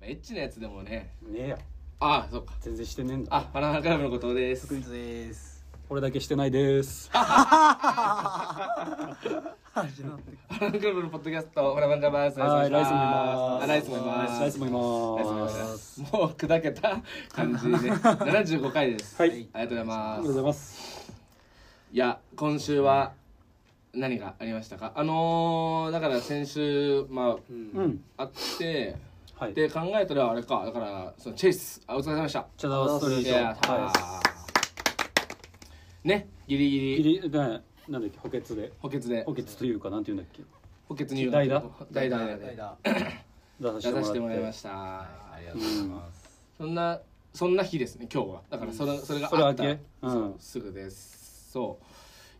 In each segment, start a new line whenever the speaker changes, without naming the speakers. エッチなやつでもね
ねえや
ああそうか
全然してねえんだ
あバナナクラブのことです
クイズです
俺だけしてないです
始まって
バナナクラブのポッドキャストバナナクラブです
はい
お願いし
ライスもい
ま
ますす
あライスもいま
ライ
すライ
スもいます
スもいますもう砕けた感じで 75回です
はい
ありがとうござい
ありが
ま
とうご
す
ざいます
いや今週は何がありましたかあのー、だから先週ま
うん
ああって
はい
で考えたらあれかだからそのチェイスあお疲れ様でした
チャダーストリ
いや
ートは
ねギリギリ
いギリななんだっけ補欠で
補欠で
補欠というかなんていうんだっけ
補欠入学
代打
代打で
代打
出さ
出させ
せ
て
て
も
も
ら
ら
い
っ
ま
て
した、
ありがとうございます
そんなそんな日ですね今日はだからそれ,、それが
それ
あっ
明
た
けうん
そうすぐですそ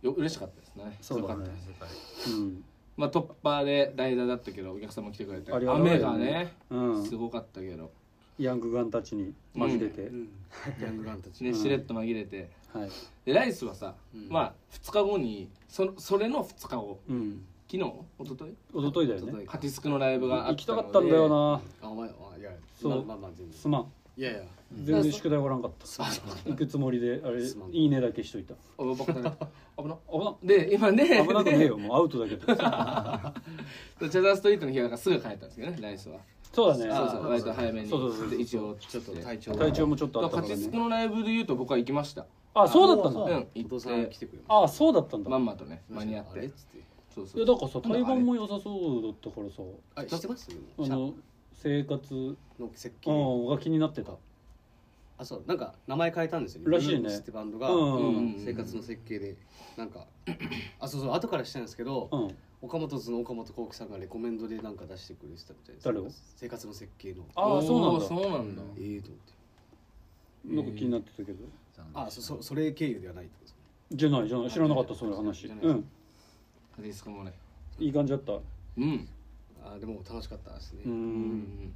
うよ嬉しかったですね
そうだ
よ
ね
かったです
うん
まあ突破で代打だったけどお客さんも来てくれて
ありがたい
雨がね、
うん
すごかったけど
ヤングガンたちに紛れて、
ヤングガンたちね、
うん
しれっと紛れて
はい
でライスはさ、まあ2日後にそそれの2日後
うん
昨日一昨日
一昨日だよ
一昨
ね
日
カティスクのライブがあ
行
っ
き
た
た
の
か
で
ったんだよな
あお前あいや
そう
まあまあ全然
すまん
いやいや
全然宿題おらんかった行くつもりであれ
すまん
いいねだけしといた
おバカだね危な
危な
で今ね
危なくねえよ もうアウトだけど
でチャザーストリートの日はなんかすぐ帰ったんですけどねライスは
そうだね
そうそう
あー
割と早めに
そうそうそう
で一応
ちょっと体調
体調もちょっとあ
だ
っ
か
た
ら
か
カ
ら
ティスク
ね
のライブで言うと僕は行きました
あそうだった
うん
の
お
行
父
っ
さん
て
来てくれまし
あそうだったんだ
まんまとね
た
間に合っ
あれ
て
つって
そうそ
いうやだからさ対バンも良さそうだったからさ
あ知ってます
あ
の
の生活
設計
うんが気になってた
あそうなんか名前変えたんですよ
らしいね
ブルームスってバンドが
うん
うん
生活の設計でなんか あそうそう後からしたんですけど
うん
岡本図の岡本幸輝さんがレコメンドでなんか出してくれてたみたいです
誰を
生活の設計の
ああそう
おー
なんだ
そうなんだ
ええと思
な
って
んか気になってたけど
あそそそれ経由ではないってことです
じゃないじゃない知らなかったそういう話
じゃないうです
ん
カティスクもね
いい感じだった
うん
かあでも楽しかったですね
う
うんん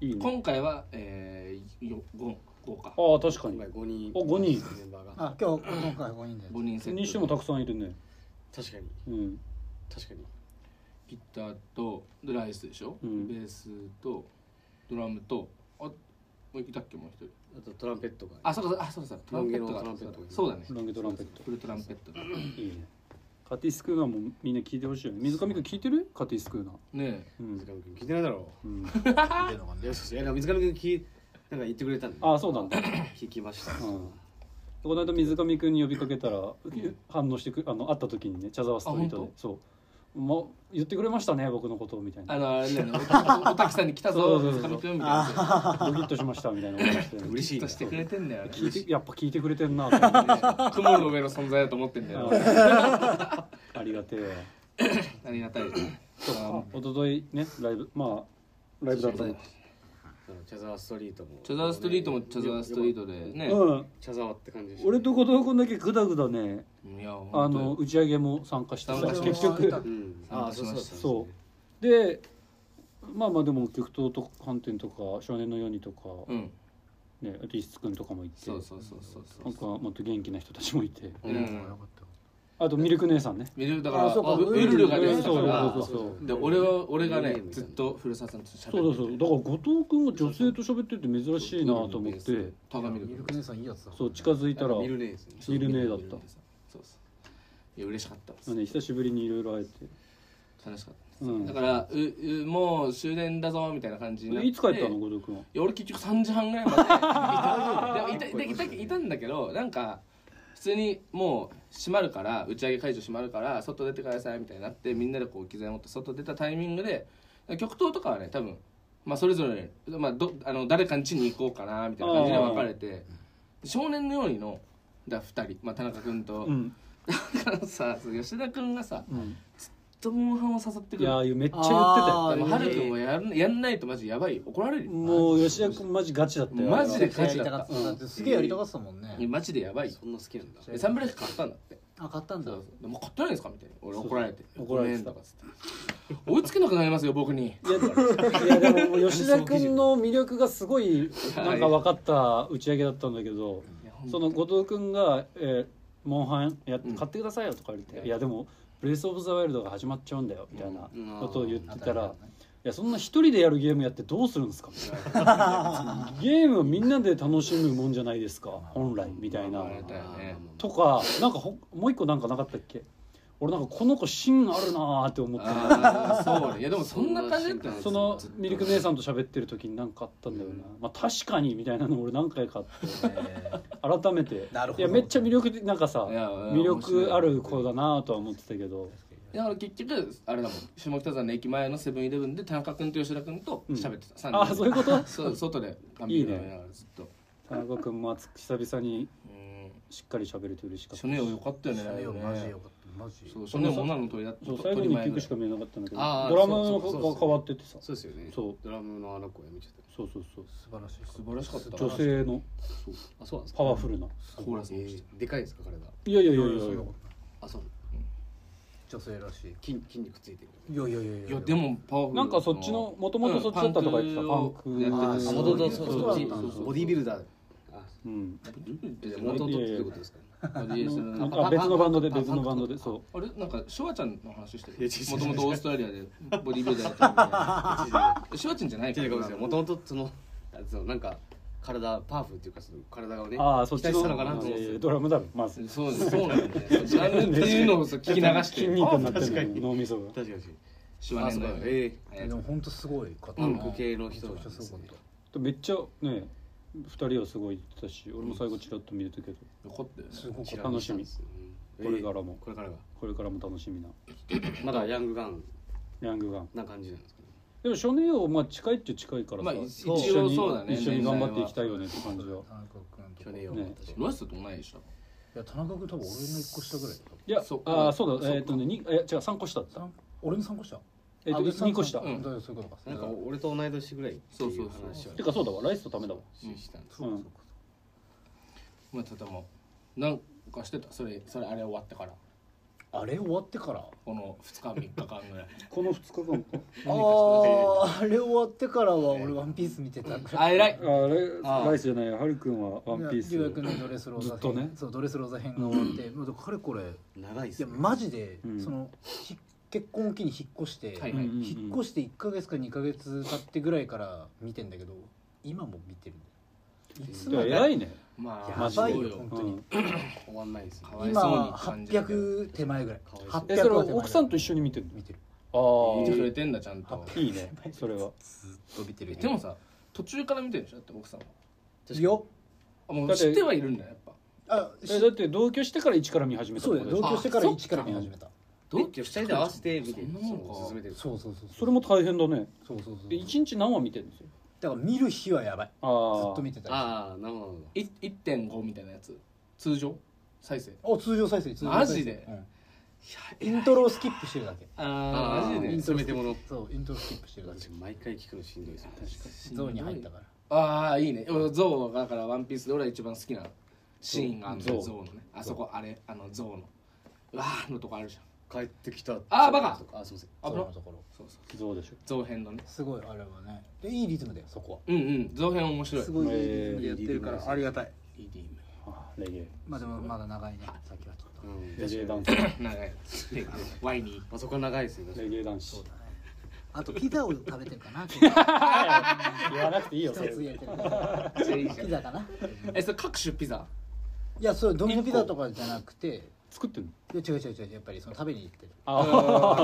いいね
今回はえーよご豪華
ああ確かに
今5人
お五人
メンバーが
あ今日今回五人で
五人セット
にしてもたくさんいるね
確かに
うん
確かに
ギターとでライスでしょ、
うん
ベースとドラムとあもういたっけもう一人
あとトランペットが
あそうかそうかあそうだそうだトランペットが
ロン毛のトランペット
そうだね
ロンゲトランペット
フルトランペットだね
いいねカティスクーナーもみんな聞いてほしいよね水上くん聞いてるカティスクーナー
ねえ
うん
水上君聞いてないだろ
うん
ういやそうそういやなんか水上君聞いなんか言ってくれたんで
ああそうなんだ
聞きました
うんこの間水上くんに呼びかけたら、反応してくあの会った時にね茶沢ストリート
あ
で
本
そう、ま「言ってくれましたね僕のこと」みたい
あ
な
のあれだよねおおたきさんに来たぞ
そうそう
水
そう
上くんみたいな
「ドキッとしました」みたいなことして
嬉し
き
い
っ
な
としてくれてんだよね
聞いてやっぱ聞いてくれてんなと思って
ね雲の上の存在だと思ってんだよね
ありがてえ
ありがたいですねあ
一昨日ねライブまあライブだったの
あのチャザーストリートも
チャザーストリートもチャザーストリートでね
うん
チャザーって感じでした
俺と後藤君だけグダグダね
いや
あ
本当
の
よ
打ち上げも参加してさ
参加しま
結
した
局
うん
参
あ
加し
そう
ました
そう
そうでまあまあでも極東とか観点とか少年のようにとか、
うん
ねアティス君とかもいて
そうそうそうそうそ
なん
う
かもっと元気な人たちもいて
う
うんん
あとミルク姉さんね
見れるだから
あそうか
あウウ
ウ
ル
ル
ル
ル
がね
がね
やってたから
そうそうそうそう
で俺は俺が
いい
ね
ね
ずっと古澤さんと喋って
そうだそうだから後藤君は女性と喋ってるって珍しいなと思っ
そうそう
て
鏡で
ミルク姉さんいいやつだ
そう近づいたら
見るねですね
いるねだった
そうそういや嬉しかったです、
ね久しぶりにいろいろ会えて
楽しかったです、
うん
だからううもう終電だぞみたいな感じになって
いつ帰ったの
い
後藤君は
や俺結局3時半ぐらいま でいたでもいたいたいたいたんだけどなんか普通にもう閉まるから打ち上げ会場閉まるから外出てくださいみたいになってみんなでこう機材持って外出たタイミングで極東とかはね多分まあそれぞれ、まあ、どあの誰かん家に行こうかなみたいな感じで分かれて少年のようにのだ2人、まあ、田中君と、
うん
だからさ吉田君がさ
うん
ずっとモンハンを誘って
い
くる
や
で
ーめっちゃ言ってたよ
あー
もハルくんもやんやんないとマジやばいよ怒られるよ
もう吉田君マジガチだったよ
マジで
やりたかっただってすげえやりたかったもんね
マジでやばいよ
そんな好きなんだ
でサンブレーキ買ったんだって
あ買ったんだ
そうそうでもう買ってないんですかみたいな俺怒られて
そう怒られて
ごめん
た
とかつって追いつけなくなりますよ僕に
いやでも吉田君の魅力がすごいなんか分かった打ち上げだったんだけど
いやほん
その後藤君が、えーモンハンやっ
うん
買ってくださいよ」とか言って「
うん
いやでもブレイス・オブ・ザ・ワイルドが始まっちゃうんだよ」みたいな
うん
ことを言ってたら、やそんな一人でやるゲームやってどうするん ですかゲームをみんなで楽しむもんじゃないですか本来みたいな
思われたよね
とかなんかほもう一個なんかなかったっけ俺なんかこの子芯あるなーって思って
ああそうねいやでもそんな感じだった
そのミルク姉さんと喋ってる時に何かあったんだよな、まあ、確かにみたいなの俺何回かあって改めて
なるほ
い
ど
やめっちゃ魅力的なんかさ
いやうん
魅力ある子だなとは思ってたけど
だから結局あれだもん下北沢の駅前のセブンイレブンで田中君と吉田君と喋ってた、三
あそういうこ と
そう外で髪
いいね
色ながらずっと
田中君も熱く久々に
うん
しっかり喋れて嬉しかった
初年王よかったよね
マジよ
ね
マジよかったマジ
そう初年王モナの鳥だ
そう最後に1曲しか
見
見えなかったんだけど
あー
ドラムの
そうそうそう
子が変わっててさ
そうですよね
そう
ドラムのあの子やめちゃった
そうそうそう
素晴らしい
素晴らしかった
女性の
あそうなんですか
パワフルな
コーラスも
え
して
ーでかいですか彼が
いやいやい
い
や
や
い
いや
や
そ
い
ん
や
なこと
あそう
ない女性らしい
筋筋肉ついてる
いやいやいや
い
い
やでもパワフル
なんかそっちの元々そっちだったとか言ってた
うん
パンク
やって
あ
た
あ
ー
元々
そ
そうう
いう
そうボディボ
そうなんだ
ディビルダーあ
うん
じゃあ元々ってどういうことですか
なんか
あ別のバンドで別のバンドでそう
あれなんかシュワちゃんの話して
いや
る
違う違
も
う
ともとオーストラリアでボディビルダーやってるみたいな シュワちゃんじゃない
違うかもしれないもと
も
もとそのあそのなんか体パワフルっていうかその体がね
ああそっち
期待したのかなと
の
思っ
え
て
ードラムだろまず
そうそうなんだよジャンルっていうのをそう 聞き流して
筋肉になって
あ確か
る
に
脳みそが
確かに
シュワねんだよ
あそうだえ
え
やでも本当すごい方
パンク系の人なん
めち
で
ゃくちゃす
す
ご
ね
かった
めっちゃね二人はすごい言ってたし俺も最後ちらっと見れたけど
よかったよね
すご
ち
く
ら見
楽
し
した
ん
み
ですうん
これからも
これからが
これからも楽しみな
まだヤングガン
ヤングガン
な感じなんですかね
でも初年王まあ近いっちゃ近いから
ま
さ
あ一
一緒
応
に
そうだね
一緒に頑張っていきたいよねって感じは
田中君と
去
か
年
い
よ
ね
私
ロイスともないでしょ
や田中君多分俺の一個下ぐらいだ
いや
そう
ああそうだ
そう
えーっとねにえ違う3個下だった
三俺の参個した
えーっと
あ
2個下
う
て
んだからそういうことか
なんか俺と同い年ぐらいっていう話は
かそうだわライスとダメだわ
したんです
そうかそうか
まあただもうなんかしてたそれそれあれ終わってから
あれ終わってから
この2日3日間ぐらい
この2日間か
ああーあれ終わってからは俺ワンピース見てた
あ偉い
あれ
あー
ライスじゃないやはるくんはワンピース
留学のドレスローザ
ずっと
編
ね
そうドレスローザ編が終わってもうかれこれい
長いです
や
ね
マジで
うん
そのひ結婚を機に引っ越して
はい
うんうんうん
引っ越して1か月か2か月経ってぐらいから見てんだけど今も見てるいつ
いや
まで
偉いね
まあ
やばい
そう
よ本当に
終わんないですね
かわいそうに
今
感じるけど
800手前ぐらい
かわいそう
800
えそれは奥さんと一緒に見てる
見てる
のあ
見てくれ
あ
てんだちゃんと
いいねそれは
ずっと見て
え
る
でもさ途中から見てるでしょだって奥さんは
よ
あも
だ
う
って
知ってはいるんだよやっぱ
あ
えだって同居してから一から見始めたっ
そう
て
だ
こ
よ
とでし
同
ょ
居してから1から見始めた
同居二人で合わせてみたい
そ
なん
なもんか
進めてる
そうそうそう
それも大変だね
そうそうそう
で一日何話見てるんですよ
だから見る日はやばい
あ
ず
ー
っと見てたりして
ああなるほど
い1.5みたいなやつ通常再生
お通常再生通常再生
マジで
うんイントロをスキップしてるだけ
あ
ー
マジ
イ
で
ントロスキップせめてもの
そうイントロスキップしてるだけ
私毎回聞くのしんどいですね
ゾーンに入ったから
ああいいね俺ゾウはだからワンピースで俺は一番好きなシーンがある
ゾ
の
ウ
ゾウのねあそこあれあのゾウのうわーのとこあるじゃん
帰ってきた
あーバカ
あすいません
あ
ゾ
ぶ
ー
な
ンのところ
そうそう
そうでしょ
ゾウ編のね
すごいあれはねでいいリズムだよそこ
うんうんゾウ編面白
はいすごいいいリズムで
えー
やってるか
いいリズムです
らありがたい
あーレゲエ
まあでもまだ長いねさっきはちょっと
うん
レゲエ
確か
ダン
に
スレ
長いワイニー
あそこは長いですね確かに
ゲエダンス
あとピザを食べてるか な今日
言わなくていいよそ
一つ
れ
やってるからピザかな
えそれ各種ピザ
いやそれドミノピザとかじゃなくてい
作ってんの
や違う違う違うやっぱりその食べに行ってる
あ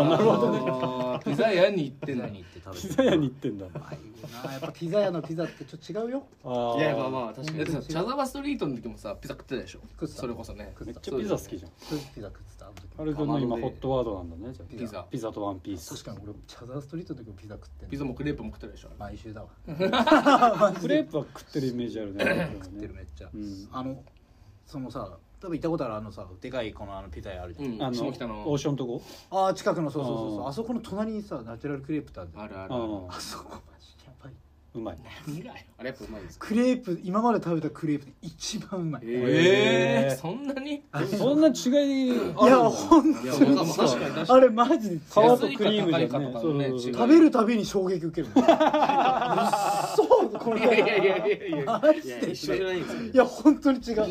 なるほどねピザ屋に行って
ピザ
な
に
い
行って
あ
食
ピ
べ
ザ
てる
屋に行ってんだ
ああいうなやっぱピザ屋のピザってちょっと違うよ
あ
いやまあま
あ
あ確か
だっ
に
てさチャザワストリートの時もさピザ食ってたでしょ
食ってた
それこそね
食
め
っ
ってち
た
ゃピザ好きじゃん
そうピザ食ってたあの時
はるくんの今ホットワードなんだねじゃ
ピザ
あピザとワンピース
確かに俺チャザーストリートの時もピザ食ってんの
ピザもクレープも食ってたでしょ
毎週だわ
クレープは食ってるイメージあるね
食ってるめっちゃ、
うん
あのそのさ多分行ったことあるあのさでかいこのあのピザ屋あるじゃん、
うん
あの
下
オ
北の
ーションとこ
ああ近くのそうそうそうそう
あ
あ
ー
そこの隣にさナチュラルクレープってあるんだよ
あるある
あ
あそこマジやばい
ーうまい
何がよ
あれやっぱうまいですか
クレープ今まで食べたクレープで一番うまい、
え
え
え
ー
そんなに
そんな違い
い
ある
や
の
ほん
い
と
や
や
俺
俺
も
も
確
確
かに
かに
確か
あれマジで違う
に
皮とクリームじゃ
安いか高いかとかね
ね
違う
そう
食べるたびに衝撃受けるのうっそ
こ
い
れ
やいやいやいやいや
マジ
いや
で
一緒じゃないんですよ
いや本当に違
な
う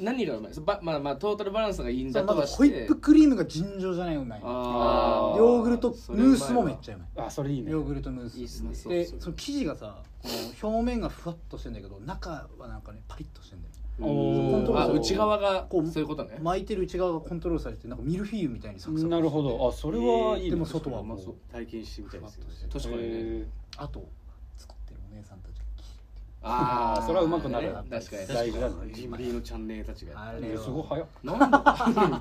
何がうまいですばまあまあトータルバランスがいいん
そ
だ
うま
と
ず
は
ホイップクリームが尋常じゃないうまいヨ
あー
ーグルトムースもめっちゃうまい
あそれいいね
ヨーグルトムース
いいっすねそう
で
そう
その生地がさこの表面がふわっとしてんだけど中はなんかねパリッとしてんだよ
お
ー
あ内側が
こう
そういうことね
巻いてる内側がコントロールされてなんかミルフィーユみたいにサクサクしてて
なるほどあそれはいいね
でも外はもう
うまそう
体験してみたいですよね
確かにね
へ
あと作ってるお姉さんたちが綺麗
あ
それはうまくなる
ね確かに
確大事だね
ジブリのチャンネルたちが
あ
え
れは
すごい早っ
なんだ確かに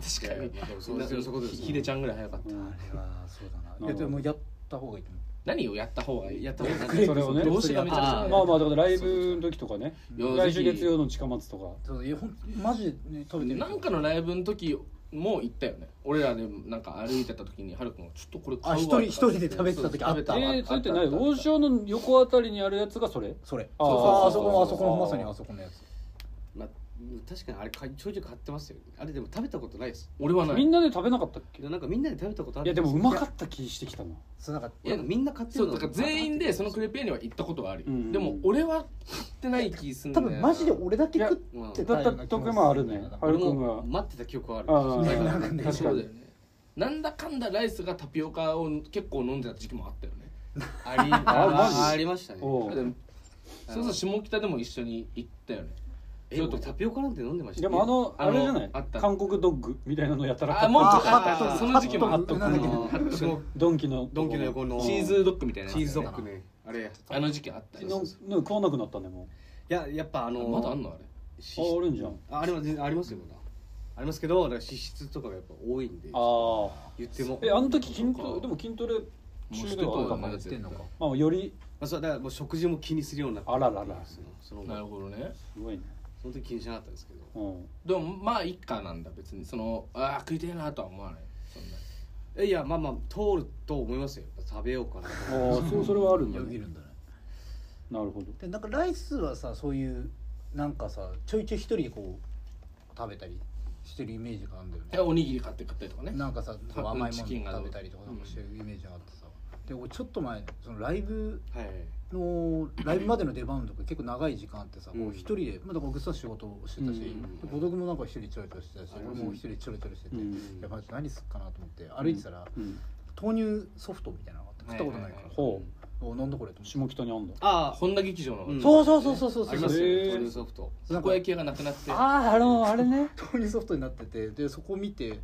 そうですよそういうことですよ
ひでちゃんぐらい早かった
うん
あれはそうだ
うん
ないやでもやった方がいいと思
何をやった方がいい
やった
方
方
が
がいい
それをね
動詞がめちゃくちゃ
あー
まあまあだからライブの時とかね
いや
来週
ぜひ
月曜の近松とか
うそういやほんマジでね食べてみて
なんかのライブの時も行ったよね俺らでなんか歩いてた時にハルくんがちょっとこれ買うわ
あ一人
とか
一人で食べてた時あっ
食
た
べた
えー、それって
あ
何
たあた
王将の横あたりにあるやつがそれ
それ
あー
そうそう
そ
あそ
うそうそう
このあそこのまさにあそこのやつ
まあ確かにあれかちょいちょい買ってますよあれでも食べたことないです
俺はな
み
い
んなで食べなかったっけ
なんかみんなで食べたことあ
い
る
やでもうまかった気してきたな
そうなんか
いやみんな買って
そ
る
うだから全員でそのクレープ屋には行ったことはあるよ
うん
でも俺は買ってない気すんだ
多
よな
分マジで俺だけ食って
だ
たよ
った
うな気
時
もす
もあるねは
俺
るくんが
も待ってた記憶はある
ああ
だから
なんかね
そうだよねなんだかんだライスがタピオカを結構飲んでた時期もあったよね
あり
マジ
あありましたね
おう
そうそう下北でも一緒に行ったよね
えっとタピオカなんて飲んでました
でもあのあれじゃない
あった
韓国ドッグみたいなのやたら
あ
買っ
もう
た
ちょ
あ
っとあった
あ
その時期もあった
あ
あ
なんだっけ
の
ドンキの
ドンキの横の
チーズドッグみたいなやつ
チーズドッグねあれい
あの時期あったよ
のの食わなくなったねも
ややっぱあの
まだあんのあれ
うああるんじゃん
ああれは全然ありますよまだありますけどだから脂質とかがやっぱ多いんで
ああ
言っても
えあの時筋
そ
ト
う
レ
か
でも筋トレ
もう
中
して
で
た
はあるか
よ
も
ね
やってんのか
まあより
まあ、そうだからもう食事も気にするようになって
あららら
そのそ
なる
の
ほどね
すごいね
その時気にしなかったですけど
うん
でもまあ一家なんだ別にそのああ食いてえなとは思わないそんな
えいやまあまあ通ると思いますよ食べよう かなと
ああそうそれはあるんだ
よぎ
ね
るんだね
なるほど
でなんかライスはさそういうなんかさちょいちょい一人でこう食べたりしてるイメージがあるんだよね
えおにぎり買って食ったりとかね
なんかさ
多分
甘い
チ
も
キンが
の
どう
食べたりとかなんかしてるイメージがあってさ、で俺ちょっと前そのライブ
はいはい
のライブまでの出番とか結構長い時間あってさ、
うん
もう一人で、まあ、だからぐっさん仕事をしてたし、
うん
孤独もなんか一人ちょろちょろしてたし、
うん
俺も一人ちょろちょろしてて、
う
い
ん
やマジ何すっかなと思って歩いてたら、
うん
豆乳ソフトみたいなのがあって食ったことないか
は
ら、
いはい
ほ
お飲んだこれと
う
思って
下北にあんだ
ああ
本田劇場の
うん
そうそうそうそうそう
あ
そう
りますよ
へー
ね豆乳ソフト
た
なん
こ
か
焼き屋がなくなって
あああのあれね
豆乳ソフトになっててで そこ見て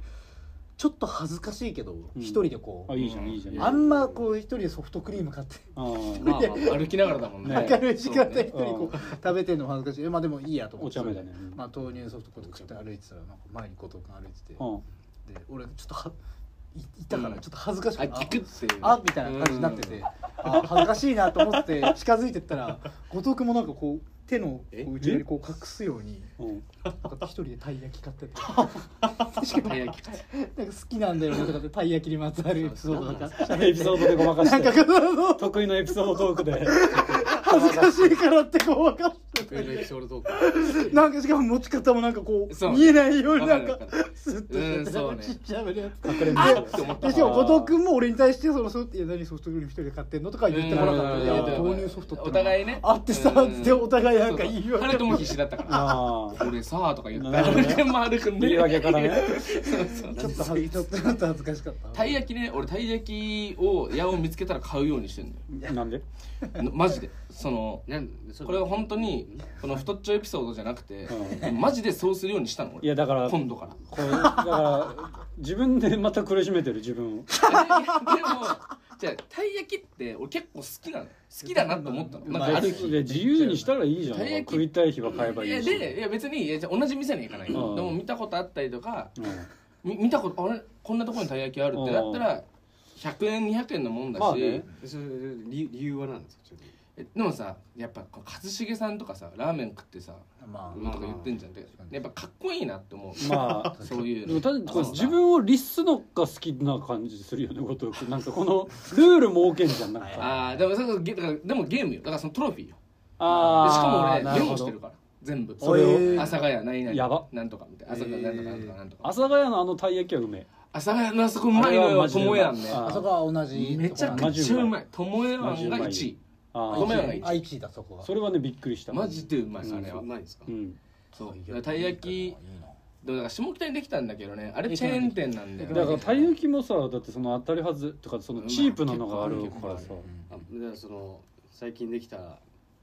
ちょっと恥ずかしいけど
ん
一人でこう、
あいいじゃんいいじゃん
あんまこう一人でソフトクリーム買って
あー
まあまあまあ
歩きながらだもんね
ね
明るい時間帯一人
そうね
こう食べてんのも恥ずかしいえまあでもいいやと思
お
って
茶目だね
まあ豆乳ソフトこう食って歩いてたらなんか前に後藤君歩いてて
うんうん
で俺ちょっとはいいたから
うん
ちょっと恥ずかしく
あ
て
聞くっていう
ああみたいな感じになっててあ恥ずかしいなと思って近づいてったら後藤君もなんかこう手のこ
え
う内側にこう隠すように
うん
なんか一人でたい焼き買ってて
たい焼き買
なんか好きなんだよねとかってたい焼きにまつわるエピソードとか
エピソードでごまか
なん
し
か
て
こ う
得意のエピソードトークで
恥ずかしいからってこう分かって
フェ ルエピソードトー
なんかしかも持ち方もなんかこう
そう
見えないようにな
わ
ん
かる
か
わかる
スッとして
うん
て
そうね
ちっちゃめのやつ
隠れてる
でしかも後藤君も俺に対してそのソフトいや何ソフトクリーム一人で買ってんのとか言ってこなか
う
っ
ん
たいや
うん
豆乳ソフトってのは
お互いね
あってさ
うん
でお互いなんか
そうそう
言い訳
彼とも必死だったから
ああ
俺さあとか言って
なるほどね
歩き回るくん
言い訳から ね
ちょっとはちょっとちょっと恥ずかしかった
たい焼きね俺たい焼きを屋を見つけたら買うようにしてんだ
なんで
よマジでその
クなんそ
これは本当にこの太っちょエピソードじゃなくて
う
マジでそうするようにしたの
い
俺
やだから
今度 から
こうだから自分でまた苦しめてる自分を
えでもじゃあたい焼きって俺結構好きなの好きだなと思ったのなんかある日
で自由にしたらいいじゃん
たい焼き
食いたい日は買えばいいし
やでいや別にいやじゃあ同じ店に行かないよ、
うん
でも見たことあったりとか
うん
み見たことあれこんなところにたい焼きあるってなったら100円200円のもんだし、
まあね
それ理理由はなんですかちょっと
えでもさやっぱこう一茂さんとかさラーメン食ってさ
ま
と
ま
か言ってんじゃんで
確かに
やっぱかっこいいなって思う、
ま あ
そういう
でもただこれ
そう
自分を律すのが好きな感じするよね後藤君なんかこの ルール設けんじゃんなんか
ああでもそれこそゲだからでもゲームよだからそのトロフィーよ
あ
で
あ
しかも
な
俺
る
ゲー
ほ
ム
ど
してるから全部
それを
阿佐ヶ谷何々
やば
なんとかみたいな阿佐ヶ谷なんとかなんとかなんと
阿
か
佐ヶ谷のあのたい焼きはうめえ
阿佐ヶ谷のあそこうまいの
あれは
よ
マジで
ともやんね
あ
あそこは同じ
めちゃ
マ
く
ジ
ちゃうまいともやん
マジうま
が
い
1位
ああ
ご米めん
ー
は一
愛知だそこは
それはねびっくりした
マジでうまいですあれは
うまいんですか
うん
そうだからたい焼きでもだから下北にできたんだけどねあれチェーン店なんだよ
だ
ね
からたい焼きもさだってその当たりはずとかそのチープなのがある
結
か
構あ
ら
る
さ
あじゃあその最近できた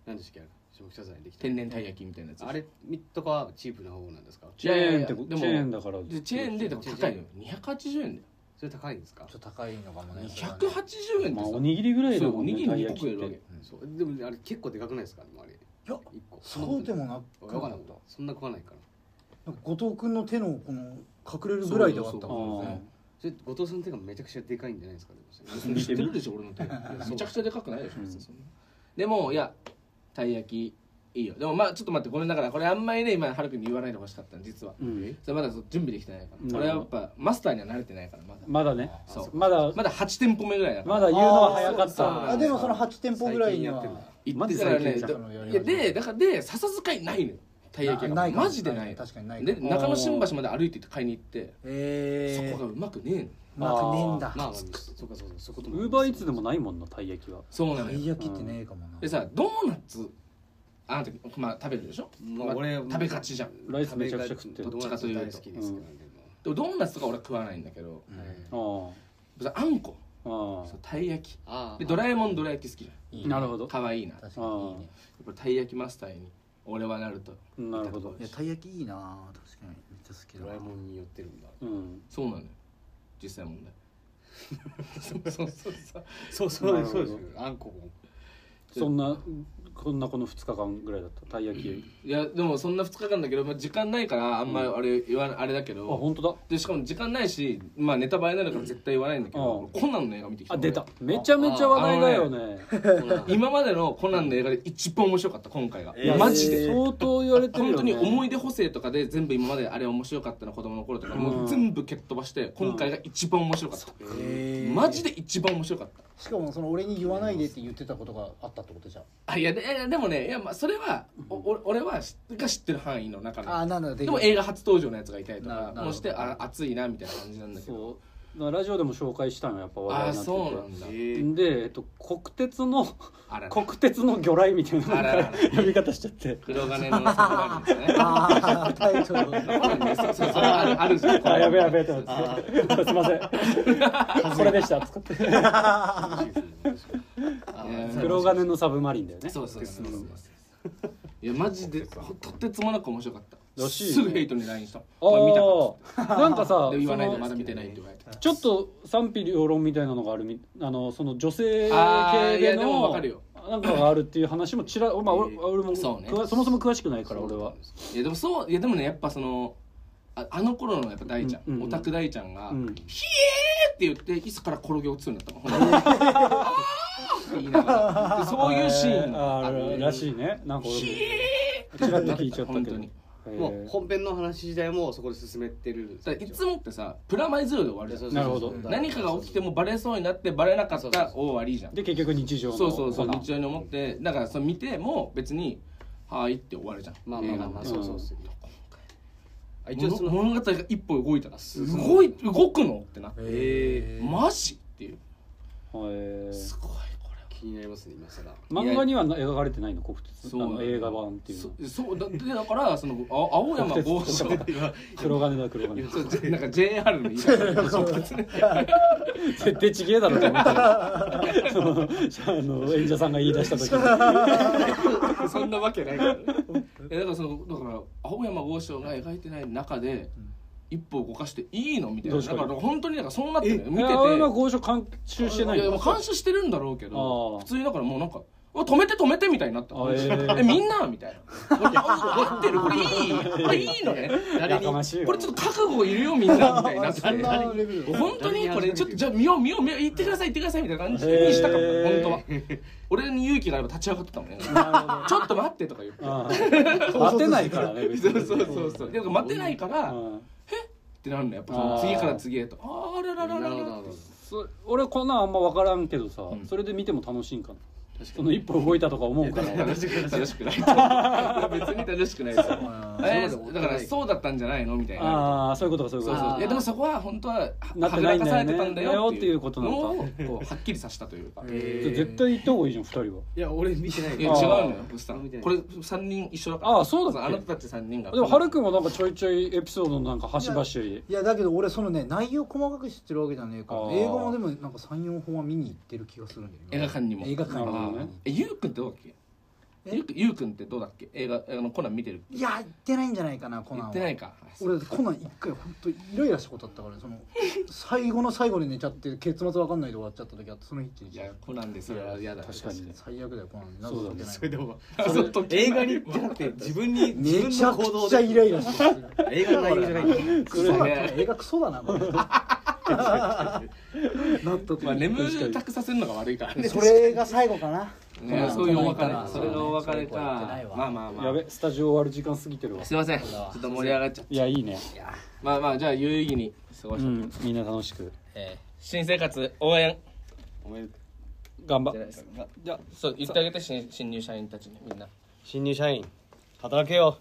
何でしたっけ下北沢にできた
天然たい焼きみたいなやつ
あれみとかはチープな方なんですか
チェーンっ
いやいやい
て
やで
チ
も
ェーンだから
でチェーンででも高いのよ280円だよ
それ高いんですか
ちょっと高いのかもね
180円
まあお
で
にぎりぐらい
さそ
だ
う
も
お
ん
に
ね
ぎり
たい
2個食え
焼きっ
るわけ
て
そうでもあれ結構でかくないですかでもあれ
いや
一個
そうで
も
もなく
分かんないそんな食わないから
後藤君の手のこの隠れるぐらいではあった
あ
もんね
それ後藤さんの手がめちゃくちゃでかいんじゃないですかでもそれ
知ってるでしょ俺 の手いやめちゃくちゃでかくないでしょ別にそんなでもいやたい焼きいいよでもまあちょっと待ってごめんながらこれあんまりね今はるくんに言わないでほしかったの実は
ーうん
それまだそう準備できてないか
うん
らこれはやっぱマスターには慣れてないからまだ
まだね
そう
まだ
まだ8店舗目ぐらいだから
まだ言うのは早かっ
そうそう
た
あでもその8店舗ぐらいには
最近やって
行
マ
って
ジ
たらね
最近じ
ゃん
だいやでだからで笹塚にないのよたい焼き
あ
が
ないかも
マジでないの
確かにないか
で
も
中野新橋まで歩いて行って買いに行ってそ
え
こがうまくねえの
ー、まくねえんだ
まあまあそうかそうかそういうこと
ウーバーイーツでもないもんなたい焼きは
そうな
た
の
い
よ
焼きってねえかもな
でさドーナツあなたまあ食べるでしょ
まあ俺
食べがちじゃん
ライスめちゃくちゃ食ってる
どっちかというと大好きですからね
でもドーナツとか俺は食わないんだけど
うん
はい
あー
別にあんこ
あ
そうたい焼き
ああ
でドラえもんどら焼き好きじゃ
いい
ー
ね
なるほど
んかわいいなやっ
確かにいいね
ぱたい焼きマスターに俺はなると
なるほど
いやたい焼きいいな確かにめっちゃ好きだ
ドラえも
なん
に寄ってるんだ
うん
そうなのよ実際問題そうそうそうそう
そうそうそうですよあんこも
そんなこんなこの2日間ぐらいだったたい焼き
いやでもそんな2日間だけど、まあ、時間ないからあんまりあれ言わなあれだけ
あ
ど、
本当だ
でしかも時間ないし、まあ、ネタバレになるから絶対言わないんだけど、
うん
俺コナンの映画見てきた
あ出ためちゃめちゃ話題だよね
今までのコナンの映画で一番面白かった今回が、
えー
マジで
相当言われてる
本
よ
当
ね
に思い出補正とかで全部今まであれ面白かったの子供の頃とかもう全部蹴っ飛ばして今回が一番面白かった、
え
マジで一番面白かった
しかもその俺に言わないでって言ってたことがあったってことじゃん
あいやでいやでもねいやまあそれはおお俺は知が知ってる範囲の中で
ああなんだで
でも映画初登場のやつがいたりと
ななる
か
ほど
もしてあ熱いなみたいな感じなんだけど
そうだからラジオでも紹介したのやっぱ話題
あ
になってて
そうなんだ
で、えっと、国鉄の
あらら
国鉄の魚雷みたいな
あらら
呼び方しちゃって
黒金の魚です ね
ああタイトル
あるんですよそうそうあるあるじゃ ん
あやべやべってなってすいませ んこれでした使って黒金のサブマリンだよね
そうそうそうそういやマジでほとてつもなく面白かった
らしいね
すぐヘイトに LINE した
ああ
お前見たかっつって
ーなんか さ
でも言わないで
その
まだ見てないって言われて
ちょっと賛否両論みたいなのがあるみあのその女性
あ
系
ーいや
で
でも
の
わかるよ
なんかがあるっていう話もちらまあ俺俺も
そうね
くわそもそも詳しくないから俺はい
やでもそういやでもねやっぱそのああの頃のやっぱ大ちゃん、
うんうんうん
オタク大ちゃんが「
うん
ひえー!」って言って椅子から転げ落ちそうになったもんほんとにあーって言いながらで そういうシーン
あ
があ
ー
る
らしいねなんか俺も
ひえー
ちらっと聞いちゃったけ
本
ど
当に
へー
もう本編の話自体もそこで進めてる
だからいつもってさプラマイゼロで終わるじゃん
なるほど
何かが起きてもバレそうになってバレなかったら終わりじゃん
で結局日常の
そうそうそう
まあ
日常に思ってだからそれ見ても別に「はーい」って終わるじゃん
まあまあま
映
あ
画
ま
っ
あ
て
そうそうそうあ一応
物
その
物語が一歩動いたら
そうそう
動い動くのってなって
えー
マジっていう
へー
すごいこ
気になりますね今更
漫画にはな描かれてないの国鉄あ
そう
の映画版って
れ
いうの
そそうだでだから そのあ青山豪昌そう
黒金だ黒金
じなんか JR の言い方
絶対ちげえだろと思ってるそのあの演者さんが言い出した時に
そんなわけない からねいやだからそのだから青山豪昌が描いてない中で一歩動かしていいのみたいなだ
確か
か
に
ら本当になんかそうなってる見
え
てて
青山豪昌監修してない
やも
の
う監視してるんだろうけ
あ
ど
あ
普通にだからもうなんか「うわ止めて止めて」みたいになった
あえー
えみんなみたいな「俺合ってるこれいいこれいいのね
やかましいわ
これちょっと覚悟いるよみんな」みたいになって
そんなレベル
本当にこれちょっとじゃあ見よう見よう見よう行ってください行ってくださいみたいな感じにしたかった
へ
本
ー
当は俺に勇気があれば立ち上がってたもんね
な
ちょっと待ってとか言って
ああ待てないからね別
そ
に
うそうそうそうでも待てないからっ
うん
てなるのやっぱその次から次へとああらららら
な
ら
るほど
ら
なるほど
そ俺こんなんあんま分からんけどさ
うん
それで見ても楽しいんかな
確か
その一歩動いたとか思うから
楽しく楽しくない別に楽しくないですよえーだからそうだったんじゃないのみたいな
ああそういうことかそういう
そ
こ
う
と
そう
か
いやでもそこは本当は
な
は
って
ぐ
な
ら
いん
か
だ
さ
よ
れ
ね
てたんだよってい
だよっていうこと
う
なの
の
か
をこうはっきりさしたというか
え
じゃあ絶対行った方がいいじゃん二人は。
にいや俺見てない
いや
あ
違う
ー
のよブスさんこ
こ
れ
れ
三人一緒だから
あーそうだっけ
あなたたち三人が
でもハルくんはなんかちょいちょいエピソードのなんか端々に
いやだけど俺そのね内容細かく知ってるわけじゃねえから
あー
映画もでもなんか34本は見に行ってる気がするんだよね
映画館にも
映画館に
なる
も
ほどね
えゆうくんってどうだっけ
え
ゆうくんゆうくんってどうだっけ映画あのコナン見てる
いや行ってないんじゃないかなコナ
言
ンは
ってないか
俺コナン一回本当イライラしたことあったからねその最後の最後で寝ちゃって結末わかんないで終わっちゃった時あってその日一
い
日
やコナンでそれは嫌だ
確かに
最悪だよコナン
そうだね
そ
謎
れ
解け
で
ない
も
あそれと
映画にじゃなくて自分に自
め
分
ちゃ
の行動
くちゃイ
で
ライラした
映画の内容じゃない
クソだったね映画クソだなこれ納得
まあ眠たくさせるのが悪いからね
それが最後かな
ねそういうお別れ
そうだね
それがお別れか
そうだねそういうこと言ってないわ
まあまあまあ
やべスタジオ終わる時間過ぎてるわ
すいませんちょっと盛り上がっちゃう
いやいいね
まあまあじゃあ有意義に過ご
う
した
んみんな楽しく
新生活応援
おめで
頑張
じゃ
っ
ないですかそう言ってあげて新新入社員たちにみんな
新入社員働けよ